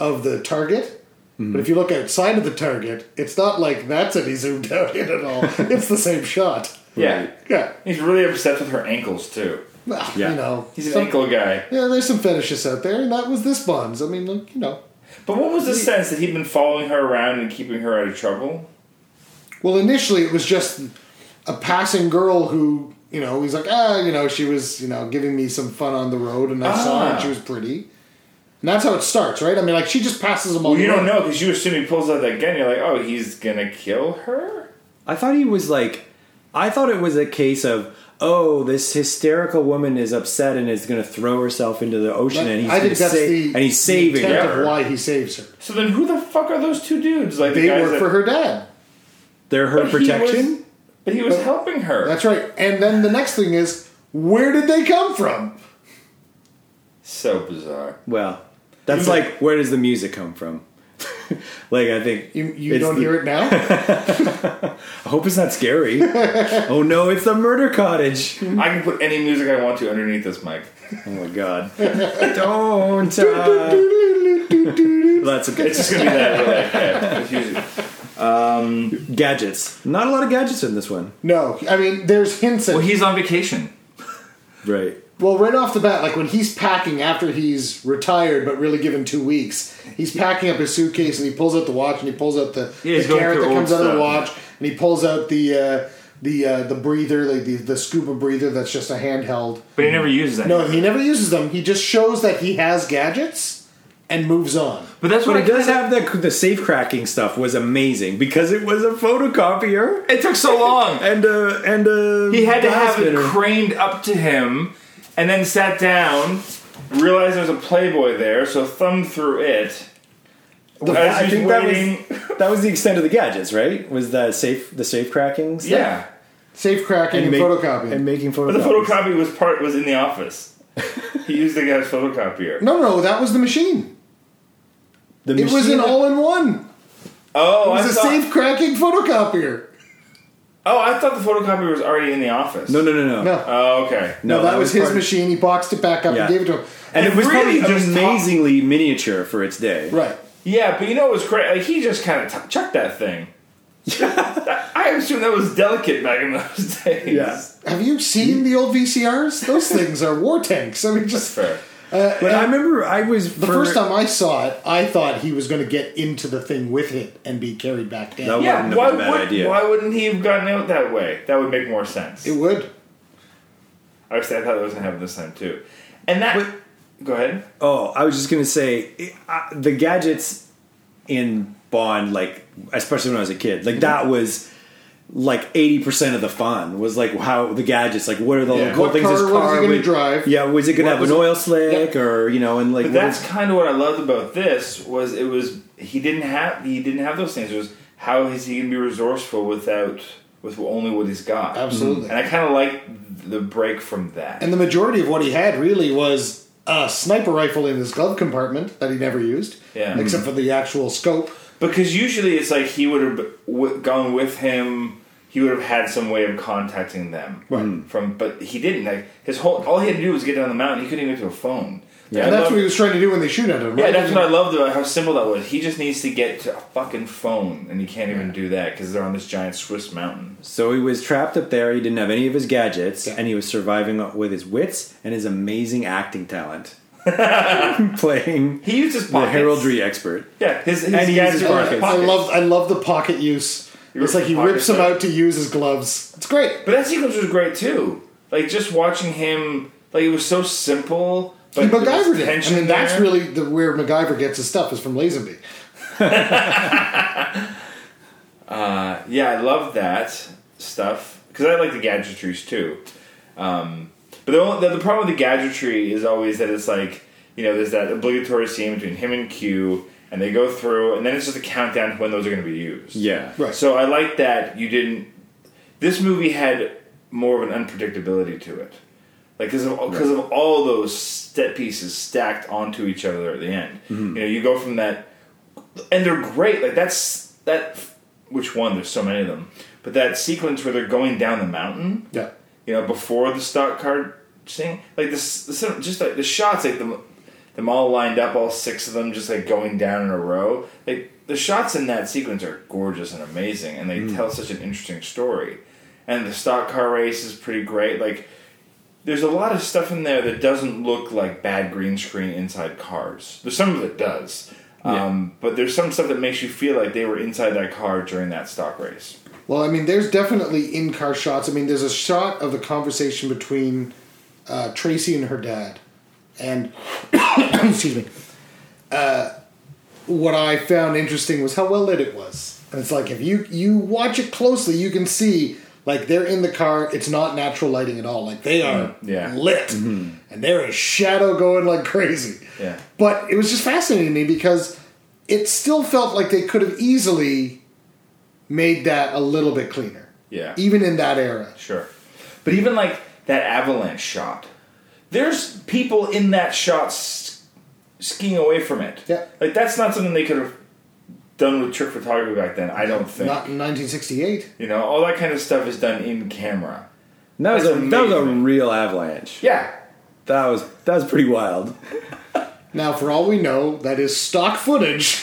B: of the target. But if you look outside of the target, it's not like that's any zoomed out in at all. it's the same shot.
A: Yeah,
B: Yeah.
A: he's really obsessed with her ankles too.
B: Well,
C: Yeah.
B: you know.
A: He's an
B: some-
A: ankle guy.
B: Yeah, there's some fetishes out there, and that was this Bond's. I mean, like, you know.
A: But what was the sense that he'd been following her around and keeping her out of trouble?
B: Well, initially it was just a passing girl who, you know, he's like, ah, you know, she was, you know, giving me some fun on the road, and I saw her,
A: Ah.
B: and she was pretty. And that's how it starts, right? I mean, like she just passes him all.
A: Well, you
B: the
A: don't
B: way.
A: know because you assume he pulls out that gun. You're like, oh, he's gonna kill her.
C: I thought he was like, I thought it was a case of, oh, this hysterical woman is upset and is going to throw herself into the ocean,
B: But
C: and he's
B: I
C: gonna
B: think that's
C: sa-
B: the
C: and he's
B: the
C: saving
B: intent
C: her.
A: her.
B: of why he saves her.
A: So then, who the fuck are those two dudes? Like
B: They
A: the guys
B: work
A: that-
B: for her dad.
C: They're her
A: But he was-
C: protection.
A: but he was helping her.
B: That's right. And then the next thing is, where did they come from?
A: so bizarre.
C: Well, that's
A: You-
C: like where does the music come from? like I think
B: You, you
C: it's
B: don't
C: the-
B: hear it now.
C: I hope it's not scary. oh no, it's the murder cottage. Oh
A: I can put any music I want to underneath this mic.
C: my god! don't. Uh... That's okay.
A: It's just gonna be that. We're like, yeah, it's usually-
C: Gadgets. Not a lot of gadgets in this one.
B: no, I mean, there's hints. At,
A: well,
B: well,
A: he's on vacation.
C: Right.
B: right off the bat, like when he's packing after he's retired, but really given two weeks, he's packing up his suitcase and he pulls out the watch and he pulls out the,
A: Yeah, he's
B: the
A: going
B: carrot
A: through
B: that
A: old
B: comes out of the
A: stuff.
B: watch and he pulls out the uh, the uh, the breather, like the the scuba breather that's just a handheld.
A: But he never uses that.
B: No, he never uses them. He just shows that he has gadgets and moves on.
A: but that's
C: But
A: what
C: it does have the the safe cracking stuff was amazing because it was a photocopier
A: It took so long.
C: and a and a
A: He had to
C: glass
A: have it
C: spinner.
A: craned up to him and then sat down, realized there was a Playboy there, so thumbed through it. I was
C: I
A: just
C: think that
A: waiting.
C: was that was the extent of the gadgets, right? Was the safe the safe cracking? Stuff?
A: yeah,
B: Safe cracking and,
C: make-
B: photocopying.
C: and making
A: but
C: photocopies.
A: the photocopy was part was in the office. he used the guy's photocopier.
B: no, no, that was the machine.
C: The
B: It was
C: machine-
B: an all-in-one.
A: Oh,
B: It was
A: I
B: a
A: thought,
B: safe cracking photocopier.
A: Oh, I thought the photocopier was already in the office.
C: No, no, no, no,
B: No,
A: Oh, okay.
B: no, that, was, his
C: part of-
B: machine. He boxed it back up
C: Yeah.
B: and gave it to him.
C: and it was
A: Really
C: probably
A: just
C: amazingly miniature for its day.
B: Right.
A: Yeah, but you know what was crazy? Like, he just kind of t- chucked that thing. I assume that was delicate back in those days.
C: Yeah.
B: Have you seen the old VCRs? Those things are war tanks. I mean,
A: That's
B: just
A: fair.
C: But I remember I was
B: the first time I saw it, I thought he was going to get into the thing with it and be carried back down.
C: That
A: yeah,
C: wouldn't have
A: why,
C: been a bad
A: would,
C: idea.
A: why wouldn't he have gotten out that way? That would make more sense.
B: It would.
A: I was- I thought that was going to happen this time, too. And that. go ahead.
C: Oh, I was just gonna say it, I, the gadgets in Bond, like especially when I was a kid, like that was like eighty percent of the fun was like how the gadgets, like what are the
A: Yeah.
C: cool
B: What
C: things?
B: car
C: this
B: was he gonna
C: would-
B: drive?
C: Yeah, was it gonna
A: What
C: have
A: was
C: an
A: it-
C: oil slick or you know, and like
A: But
C: what
A: that's
C: was-
A: kind of what I loved about this was it was he didn't have he didn't have those things. It was how is he going to be resourceful without with only what he's got?
B: Absolutely.
A: And I kind of like the break from that.
B: And the majority of what he had really was a sniper rifle in his glove compartment that he never used,
A: Yeah.
B: except for the actual scope.
A: Because usually it's like he would have w- gone with him. He would have had some way of contacting them from, but he didn't. Like his whole, all he had to do was get down the mountain. He couldn't even get to a phone. Yeah,
B: and that's what he was trying to do when they shoot at him.
A: yeah,
B: right?
A: that's what I loved about how simple that was. He just needs to get to a fucking phone, and he can't even do that because they're on this giant Swiss mountain.
C: so he was trapped up there. He didn't have any of his gadgets,
B: Yeah.
C: and he was surviving with his wits and his amazing acting talent, playing
A: He used his
C: the
A: pockets.
C: heraldry expert.
A: Yeah, his, his
C: And he
A: gadgets
C: used his
A: were
C: pockets.
A: his
B: I
A: pockets.
B: love I love the pocket use.
A: rips
B: It's like
A: the
B: he
A: pocket
B: rips them
A: out.
B: out to use as gloves. It's great.
A: But that sequence was great too. Like just watching him, like it was so simple. But
B: He
A: there was
B: MacGyvered it. I
A: tension
B: mean, that's
A: there.
B: really the where MacGyver gets his stuff is from Lazenby.
A: Yeah, I love that stuff because I like the gadgetries too. Um, but the, only, the the problem with the gadgetry is always that it's like you know there's that obligatory scene between him and Q, and they go through, and then it's just a countdown to when those are going to be used.
C: Yeah,
B: Right.
A: So I like that you didn't. This movie had more of an unpredictability to it, like because of because of all those step pieces stacked onto each other at the end. You know, you go from that, and they're great. Like that's that. Which one? There's so many of them. But that sequence where they're going down the mountain,
B: Yeah.
A: you know, before the stock card thing, like this, the cin- just like the shots, like them, them all lined up, all six of them, just like going down in a row. Like the shots in that sequence are gorgeous and amazing, and they tell such an interesting story. And the stock car race is pretty great. Like there's a lot of stuff in there that doesn't look like bad green screen inside cars. There's some of it does. Um, but there's some stuff that makes you feel like they were inside that car during that stock race.
B: Well, I mean, there's definitely in car shots. I mean, there's a shot of the conversation between uh, Tracy and her dad, and excuse me. Uh, what I found interesting was how well lit it was, and it's like if you you watch it closely, you can see like they're in the car. It's not natural lighting at all. Like they are
A: Mm-hmm. Yeah. Mm-hmm.
B: lit, and there is shadow going like crazy.
A: Yeah.
B: But it was just fascinating to me because it still felt like they could have easily made that a little bit cleaner.
A: Yeah.
B: Even in that era.
A: Sure. But even like that avalanche shot, there's people in that shot s- skiing away from it.
B: Yeah.
A: Like that's not something they could have done with trick photography back then. I don't think.
B: Not in 1968.
A: you know, all that kind of stuff is done in camera.
C: And that was
A: That's
C: a that was a
A: amazing.
C: real avalanche.
A: Yeah.
C: That was that was pretty wild.
B: Now, for all we know, that is stock footage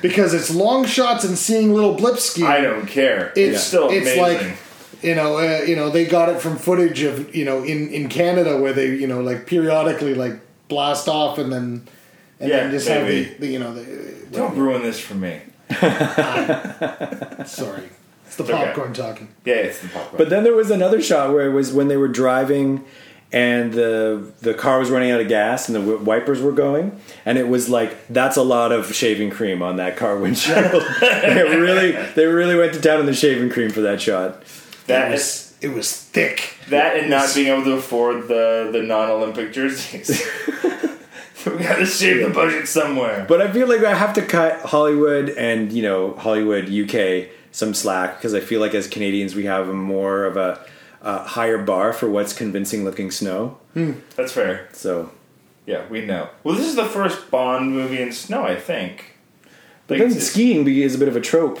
B: because it's long shots and seeing little blips ski.
A: I don't care. It's
B: It's
A: still
B: it's
A: amazing.
B: like you know uh, you know they got it from footage of you know in in Canada where they you know like periodically like blast off and then and
A: Yeah,
B: then just
A: maybe.
B: have the, the you know the,
A: don't ruin this for me.
B: sorry it's the
A: okay.
B: popcorn talking.
A: Yeah, it's the popcorn.
C: But then there was another shot where it was when they were driving and the the car was running out of gas and the wi- wipers were going and it was like that's a lot of shaving cream on that car windshield. they really they really went to town on the shaving cream for that shot.
A: that is
B: it was thick.
A: That and not being able to afford the, the non Olympic jerseys. we gotta save the budget somewhere.
C: But I feel like I have to cut Hollywood and you know Hollywood UK some slack because I feel like as Canadians we have a more of a, a higher bar for what's convincing looking snow.
A: That's fair.
C: So
A: Yeah, we know. Well, this is the first Bond movie in snow, I think. Like,
C: then skiing be- is a bit of a trope,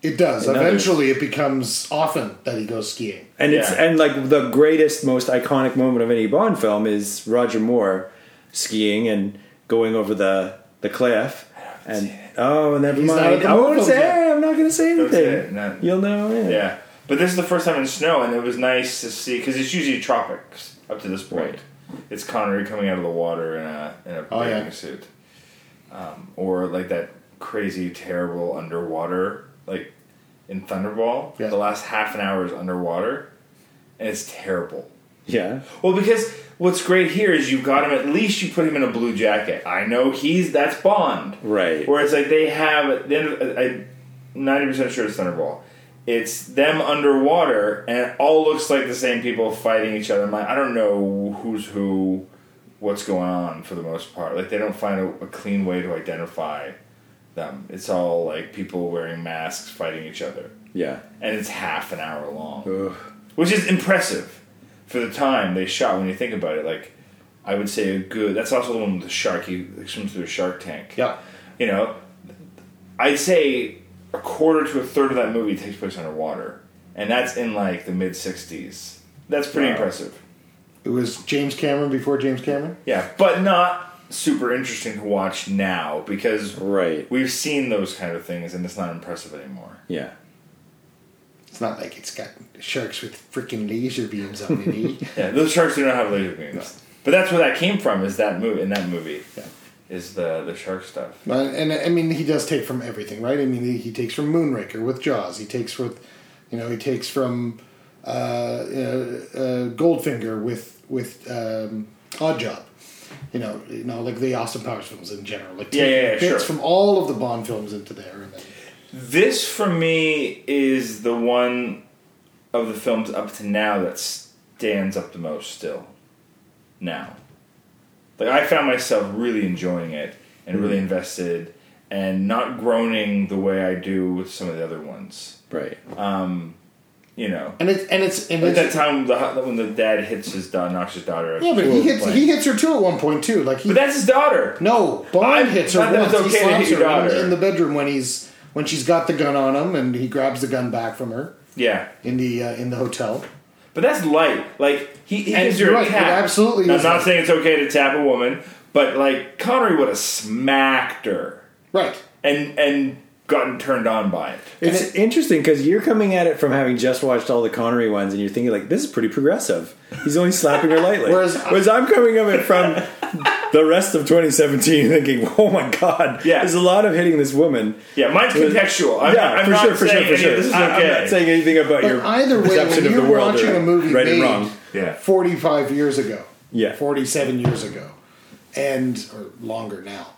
B: It does.
C: Another-
B: Eventually, it becomes often that he goes skiing.
C: and it's
A: Yeah.
C: and like the greatest, most iconic moment of any Bond film is Roger Moore skiing and going over the the cliff. And oh, never
B: He's not at
C: mind.
B: the
C: I won't
B: Moors
C: say.
B: yet.
C: I'm not going to say
A: Don't
C: anything.
A: say it, no.
C: You'll know. Yeah.
A: yeah. But this is the first time in snow, and it was nice to see because it's usually tropics up to this point. It's Connery coming out of the water in a in a
B: Oh, yeah.
A: bathing suit, um, or like that crazy, terrible underwater like in Thunderball.
B: Yeah.
A: The last half an hour is underwater, and it's terrible.
C: Yeah.
A: Well, because what's great here is you got him. At least you put him in a blue jacket. I know he's that's Bond,
C: Right.
A: Where it's like they have then I'm ninety percent sure it's Thunderball. It's them underwater, and it all looks like the same people fighting each other. I'm like, I don't know who's who, what's going on for the most part. Like they don't find a, a clean way to identify them. It's all like people wearing masks fighting each other,
C: Yeah.
A: and it's half an hour long
C: Ugh.
A: which is impressive for the time they shot. When you think about it, like I would say a good. That's also the one with the shark. He swims through a shark tank.
B: Yeah.
A: You know, I'd say a quarter to a third of that movie takes place underwater, and that's in like the mid '60s. That's pretty impressive.
B: It was James Cameron before James Cameron.
A: Yeah, but not super interesting to watch now because
C: Right.
A: we've seen those kind of things, and it's not impressive anymore.
C: Yeah.
B: It's not like it's got sharks with freaking laser beams on it. eh?
A: Yeah, those sharks do not have laser beams. But that's where that came from. Is that movie in that movie? Yeah. Is the the shark stuff?
B: But- and I mean, he does take from everything, right? I mean, he, he takes from Moonraker with Jaws. He takes with, you know, he takes from uh, uh, uh, Goldfinger with with um, Odd Job. You know, you know, like the Austin Powers films in general. Like
A: Yeah, yeah, yeah,
B: taking
A: sure.
B: bits from all of the Bond films into there. And then,
A: This for me is the one of the films up to now that stands up the most still. Now. Like I found myself really enjoying it and really
B: Mm-hmm.
A: invested and not groaning the way I do with some of the other ones.
C: Right.
A: You know.
B: and it's and it's and
A: At
B: it's,
A: that time the, when the dad hits his daughter knocks his daughter out.
B: yeah, but he
A: she's
B: hits
A: playing.
B: he hits her too at one point too. Like he,
A: But that's his daughter.
B: No,
A: I
B: Bond hits her
A: thought that
B: once.
A: was okay to
B: he slaps
A: hit your
B: her in,
A: daughter.
B: in the bedroom when he's when she's got the gun on him, and he grabs the gun back from her
A: Yeah.
B: in the uh, in the hotel.
A: But that's light. Like he, he
B: And
A: gives her
B: right,
A: a
B: it
A: tap.
B: absolutely
A: Now, I'm
B: is
A: not
B: light.
A: saying it's okay to tap a woman, but like Connery would have smacked her
B: Right.
A: and and gotten turned on by it.
C: It's interesting interesting because you're coming at it from having just watched all the Connery ones, and you're thinking like, "This is pretty progressive." He's only slapping her lightly.
B: Whereas-
C: I'm coming at it from the rest of 2017, thinking, "Oh my God,
A: Yeah.
C: there's a lot of hitting this woman."
A: Yeah, mine's contextual. I'm,
C: yeah,
A: I'm
C: for
A: not
C: sure, for sure,
A: saying any
C: for
A: of
C: sure.
A: This is
C: I- I'm
A: okay.
C: not saying anything about
B: But
C: your
B: either way,
C: perception
B: when
C: of
B: you're
C: the world,
B: watching
C: or
B: a movie
C: right
B: made
C: and wrong.
A: Yeah.
B: forty five years ago,
C: Yeah.
B: forty seven years ago, and or longer now,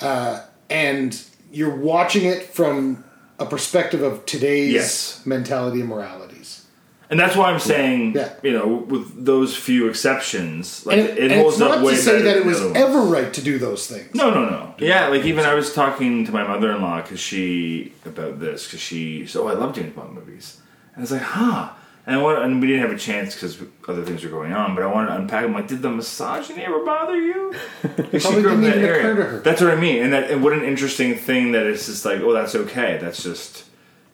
B: uh, and you're watching it from a perspective of today's
A: Yes.
B: mentality and moralities.
A: and that's why I'm saying,
B: Yeah.
A: you know, with those few exceptions, like
B: And, it,
A: it
B: and
A: holds
B: it's not
A: up way
B: to say
A: better
B: that it
A: than
B: was
A: the other ones.
B: ever right to do those things.
A: No, no, no. Yeah, like even I was talking to my mother in law because she about this because she so oh, I love James Bond movies and I was like huh and I want, and we didn't have a chance because other things were going on but I wanted to unpack them like did the misogyny ever bother you? 'Cause she
B: Probably
A: grew up in
B: didn't
A: that
B: even
A: area.
B: occur to her.
A: That's what I mean and that and what an interesting thing that it's just like oh that's okay that's just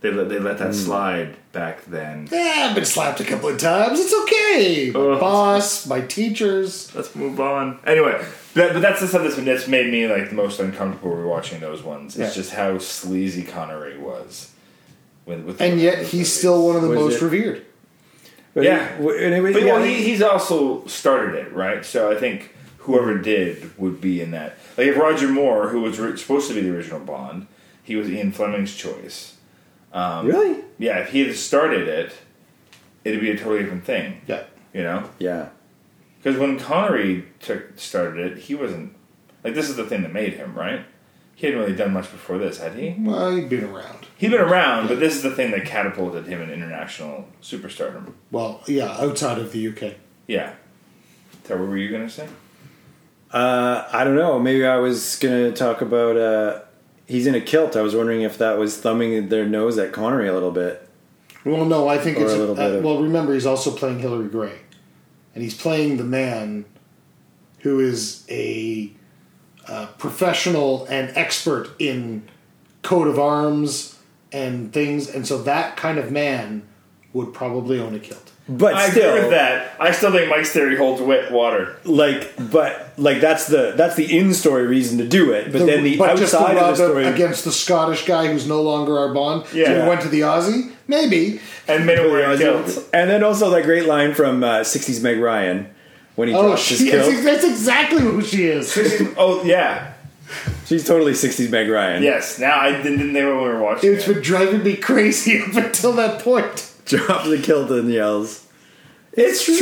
A: they let, they let
B: Hmm.
A: that slide back then.
B: Yeah, I've been slapped a couple of times. It's okay. My
C: Oh.
A: Ugh.
B: boss, my teachers.
A: Let's move on. Anyway, that, but that's the stuff that's, that's made me like the most uncomfortable rewatching those ones. It's
B: Yeah.
A: just how sleazy Connery was. With, with
B: And
A: the-
B: yet
A: with
B: he's
A: the-
B: still one of the
C: Was
B: most
C: it-
B: revered.
C: But
A: Yeah.
C: it- and it was-
A: But
C: yeah,
A: well, he, he's also started it, right? So I think whoever did would be in that. Like if Roger Moore, who was ri- supposed to be the original Bond, he was Ian Fleming's choice.
C: Um, really,
A: Yeah, if he had started it, it'd be a totally different thing.
B: Yeah.
A: You know,
C: yeah,
A: because when Connery took started it, he wasn't like this is the thing that made him, right? He hadn't really done much before this, had he?
B: Well, he'd been around.
A: He'd been around, but this is the thing that catapulted him in international superstardom.
B: Well, yeah, outside of the UK.
A: Yeah. So what were you gonna say?
C: Uh, I don't know. Maybe I was gonna talk about. Uh, he's in a kilt. I was wondering if that was thumbing their nose at Connery a little bit.
B: Well, no, I think
C: Or
B: it's.
C: a little
B: uh,
C: bit of-
B: well, remember, he's also playing Hillary Gray. And he's playing the man who is a uh, professional and expert in coat of arms and things. And so that kind of man would probably own a kilt.
C: But
A: I
C: still,
A: agree with that. I still think Mike's theory holds wet water.
C: like, but like that's the that's the in story reason to do it. But then the
B: but just
C: outside of the
B: rub
C: story,
B: against the Scottish guy who's no longer our Bond.
A: Yeah.
B: so he went to the Aussie. Maybe.
A: And made him wear a kilt.
C: and then also that great line from uh, '60s Meg Ryan when he
B: Oh,
C: drops his
B: she is,
C: kilt.
B: ex- that's exactly who she is.
A: oh yeah.
C: She's totally '60s Meg Ryan.
A: Yes. Now I didn't, didn't think when we were watching.
B: It's
A: it.
B: been driving me crazy up until that point.
C: drops the kilt and yells.
A: It's true.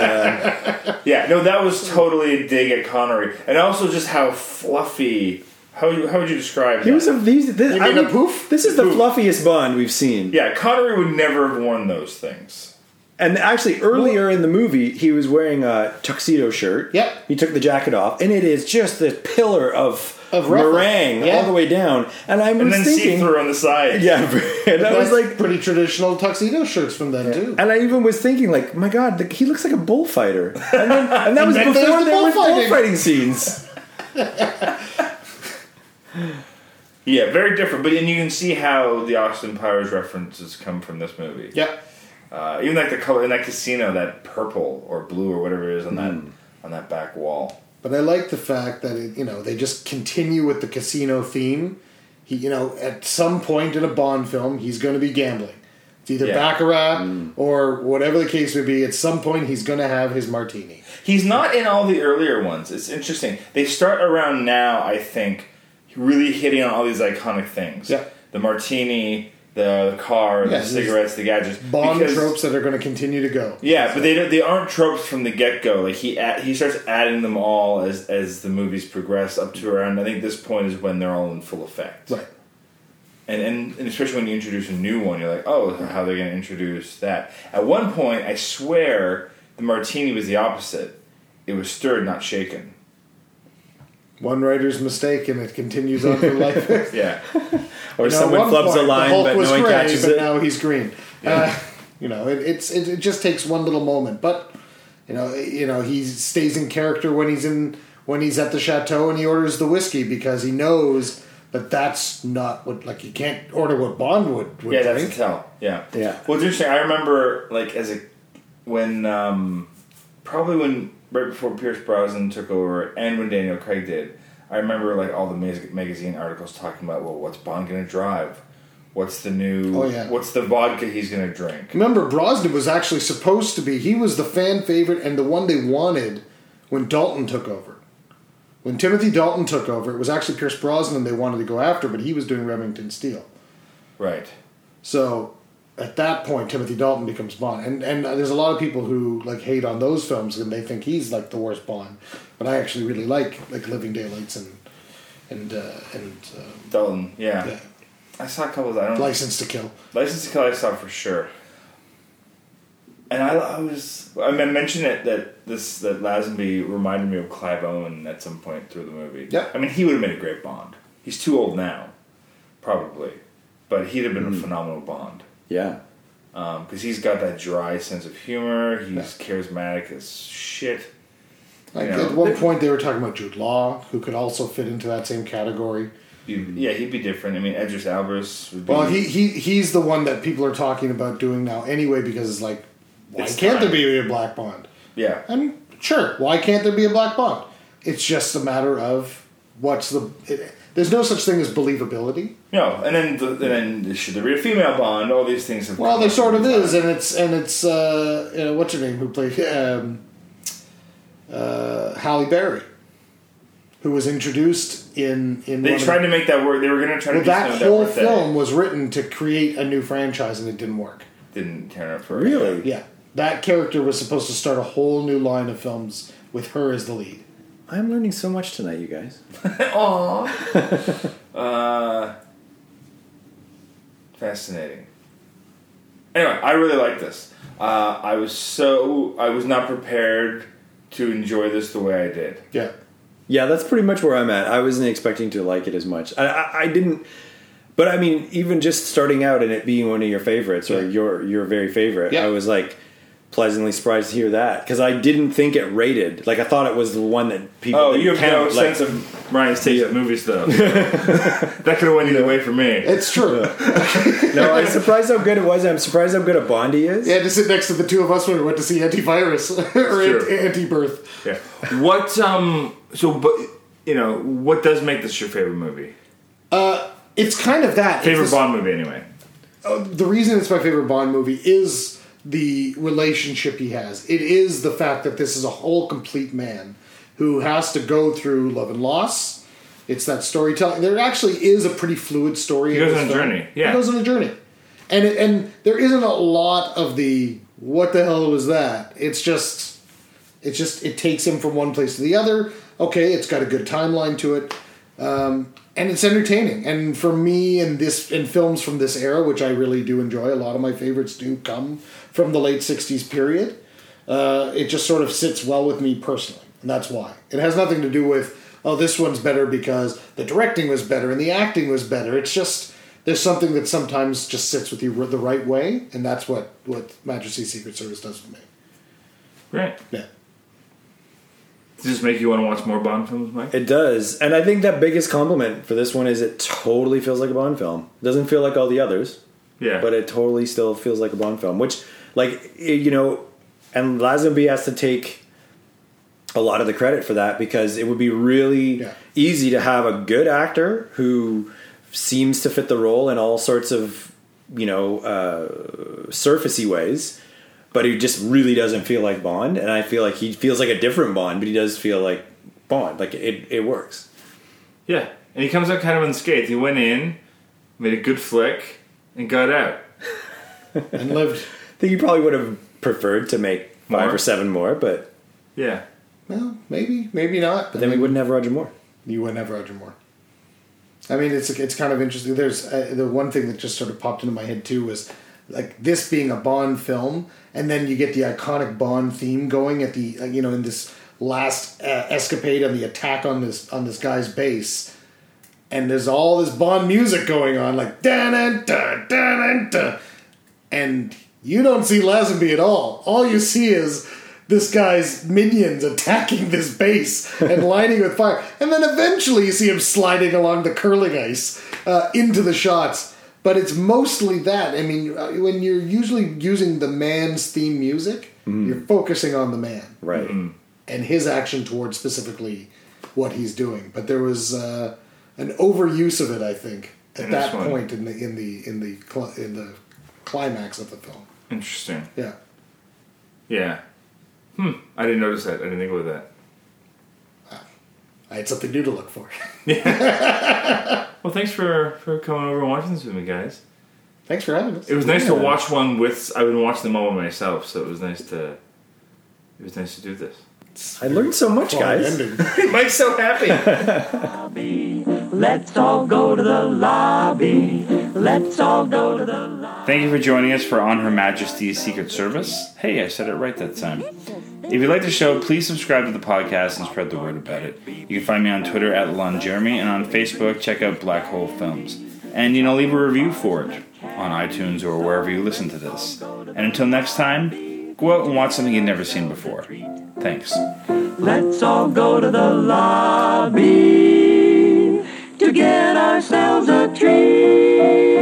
A: yeah, no, that was totally a dig at Connery, and also just how fluffy. How how would you describe?
C: He
A: that?
C: was a these. This,
B: You
C: I
B: mean a
C: would-
B: poof?
C: This is the
A: Poof.
C: fluffiest Bond we've seen.
A: yeah, Connery would never have worn those things.
C: And actually, earlier in the movie, he was wearing a tuxedo shirt.
B: Yep.
C: He took the jacket off, and it is just the pillar of,
B: Of ruffle.
C: meringue
B: Yeah.
C: all the way down. And I was
A: And then see
C: thinking,
A: through on the side.
C: yeah, and I was
B: That's
C: like,
B: pretty traditional tuxedo shirts from then too.
C: and I even was thinking, like, my God, the, he looks like a bullfighter. And, then, and that was
B: then
C: before
B: there's
C: there were
B: the bullfighting.
C: bullfighting scenes.
A: yeah, very different. But and you can see how the Austin Powers references come from this movie.
B: Yeah.
A: Uh, even like the color in that casino, that purple or blue or whatever it is on that on that back wall.
B: But I like the fact that it, you know they just continue with the casino theme. He, you know, at some point in a Bond film, he's going to be gambling. It's either
A: Yeah.
B: baccarat
C: Mm.
B: or whatever the case may be. At some point, he's going to have his martini.
A: He's not in all the earlier ones. It's interesting. They start around now, I think, really hitting on all these iconic things.
B: Yeah.
A: The martini, the car,
B: Yeah,
A: the
B: there's
A: cigarettes, the gadgets.
B: Bond
A: Because-
B: tropes that are going to continue to go.
A: Yeah, but they don't, they aren't tropes from the get go. Like he add, he starts adding them all as as the movies progress up to around. I think this point is when they're all in full effect.
B: Right.
A: And, and, and especially when you introduce a new one, you're like, oh, how are they going to introduce that? At one point, I swear the martini was the opposite. It was stirred, not shaken.
B: One writer's mistake, and it continues on for life.
A: Yeah.
C: Or
B: You know, at
C: someone
B: one
C: flubs
B: point,
C: a
B: the
C: line,
B: Hulk
C: but
B: was
C: no one
B: gray,
C: catches
B: but
C: it.
B: Now he's green. Uh, you know, it, it's it, it just takes one little moment, but you know, you know, he stays in character when he's in when he's at the chateau and he orders the whiskey because he knows that that's not what like you can't order what Bond would, would
A: yeah, that's
B: drink.
A: a tell. Yeah.
C: Yeah.
A: Well, it's interesting. I remember, like, as a when um, probably when right before Pierce Brosnan took over and when Daniel Craig did, I remember like all the mag- magazine articles talking about, well, what's Bond going to drive? What's the new?
B: Oh, yeah.
A: What's the vodka he's going to drink?
B: Remember, Brosnan was actually supposed to be he was the fan favorite and the one they wanted when Dalton took over. When Timothy Dalton took over, it was actually Pierce Brosnan they wanted to go after, but he was doing Remington Steel.
A: Right.
B: So at that point, Timothy Dalton becomes Bond, and and there's a lot of people who like hate on those films and they think he's like the worst Bond, but I actually really like like Living Daylights and and uh, and uh,
A: Dalton. Yeah.
B: yeah,
A: I saw a couple. Of, that. I don't.
B: License to Kill.
A: License to Kill I saw for sure. And I, I was I mean, I mentioned it that this that Lazenby reminded me of Clive Owen at some point through the movie.
B: Yeah.
A: I mean he would have made a great Bond. He's too old now, probably, but he'd have been
B: Mm-hmm.
A: a phenomenal Bond
C: Yeah.
A: because he's got that dry sense of humor. He's charismatic as shit.
B: Like
A: Yeah.
B: at one point they were talking about Jude Law, who could also fit into that same category.
A: He'd- Yeah, he'd be different. I mean, Edris Albers would be.
B: Mm-hmm. Well, he, he he's the one that people are talking about doing now anyway because it's like, why
A: It's
B: can't
A: time.
B: there be a black Bond?
A: yeah.
B: And sure, why can't there be a black bond? It's just a matter of what's the. It, there's no such thing as believability.
A: No, and then the, and then should there be a female Bond? All these things. Have
B: Well,
A: come
B: there
A: up
B: sort of
A: over
B: is,
A: time.
B: and it's and it's uh, uh, what's her name who played um, uh, Halle Berry, who was introduced in in
A: They
B: one of-
A: tried to make that work. They were going to try
B: well,
A: to do something
B: that
A: with
B: whole
A: birthday.
B: film was written to create a new franchise, and it didn't work.
A: didn't turn out for
C: Really?
B: Yeah, that character was supposed to start a whole new line of films with her as the lead.
C: I'm learning so much tonight, you guys.
A: Aw. uh, fascinating. Anyway, I really like this. Uh, I was so I was not prepared to enjoy this the way I did.
B: Yeah.
C: Yeah, that's pretty much where I'm at. I wasn't expecting to like it as much. I, I, I didn't, but I mean, even just starting out and it being one of your favorites or
B: Yeah.
C: your your very favorite,
B: Yeah.
C: I was like pleasantly surprised to hear that because I didn't think it rated. Like I thought it was the one that people.
A: Oh,
C: didn't
A: you have
C: count,
A: no
C: like-
A: sense of Ryan's taste of movies, though. that could have went either way for me.
B: It's true. yeah,
C: no, I'm surprised how good it was. I'm surprised how good a Bondi is.
B: to sit next to the two of us when we went to see Antivirus or
A: Sure.
B: Anti Birth.
A: Yeah. What um? So, but you know, what does make this your favorite movie?
B: It's kind of that. It's
A: Favorite
B: this-
A: Bond movie, anyway.
B: Uh, the reason it's my favorite Bond movie is the relationship he has. It is the fact that this is a whole complete man who has to go through love and loss. It's that storytelling. There actually is a pretty fluid story. He
A: goes on a journey, yeah.
B: he goes on a journey, and it, and there isn't a lot of the what the hell was that. It's just it's just it takes him from one place to the other. Okay, it's got a good timeline to it and it's entertaining. And for me, and this in films from this era, which I really do enjoy, a lot of my favorites do come from the late '60s period. Uh, it just sort of sits well with me personally, and that's why it has nothing to do with oh this one's better because the directing was better and the acting was better. It's just there's something that sometimes just sits with you the right way, and that's what what Majesty's Secret Service does for me.
A: Great.
B: Yeah,
A: Does this make you want to watch more Bond films, Mike?
C: It does, and I think that biggest compliment for this one is it totally feels like a Bond film. doesn't feel like all the others.
A: Yeah.
C: but it totally still feels like a Bond film, which, like, i- you know, and Lazenby has to take a lot of the credit for that because it would be really
B: Yeah.
C: easy to have a good actor who seems to fit the role in all sorts of, you know, uh, surfacey ways, but who just really doesn't feel like Bond. And I feel like he feels like a different Bond, but he does feel like Bond. Like, it, it works.
A: Yeah, and he comes out kind of unscathed. He went in, made a good flick, and got out.
B: and lived.
C: I think he probably would have preferred to make five
A: More?
C: or seven more, but
A: Yeah,
B: Well, maybe, maybe not. But
C: then we wouldn't have Roger Moore.
B: You wouldn't have Roger Moore. I mean, it's it's kind of interesting. There's uh, the one thing that just sort of popped into my head too was like this being a Bond film, and then you get the iconic Bond theme going at the uh, you know in this last uh, escapade on the attack on this on this guy's base, and there's all this Bond music going on like da da da da da, and you don't see Lazenby at all. All you see is this guy's minions attacking this base and lining with fire. And then eventually you see him sliding along the curling ice uh, into the shots. But it's mostly that. I mean, uh, when you're usually using the man's theme music, you're focusing on the man
C: Right.
B: and his action towards specifically what he's doing. But there was uh, an overuse of it, I think, at
A: In this
B: that
A: one.
B: point in the in the in the cl- in the climax of the film.
A: interesting.
B: Yeah,
A: Yeah. Hmm. I didn't notice that. I didn't think about that.
B: I had something new to look for.
A: Well, thanks for for coming over and watching this with me, guys.
B: Thanks for having us.
A: It was nice to watch one with. I've been watching them all by myself, so it was nice to. It was nice to do this.
C: I learned so much,
B: Well,
C: guys.
B: ending.
A: Mike's so happy.
D: lobby. Let's all go to the lobby. Let's all go to the lobby.
E: Thank you for joining us for On Her Majesty's Secret Service. Hey, I said it right that time. If you like the show, please subscribe to the podcast and spread the word about it. You can find me on Twitter at Lon Jeremy and on Facebook, check out Black Hole Films. And, you know, leave a review for it on iTunes or wherever you listen to this. And until next time, go out and watch something you've never seen before. Thanks.
D: Let's all go to the lobby to get ourselves a treat.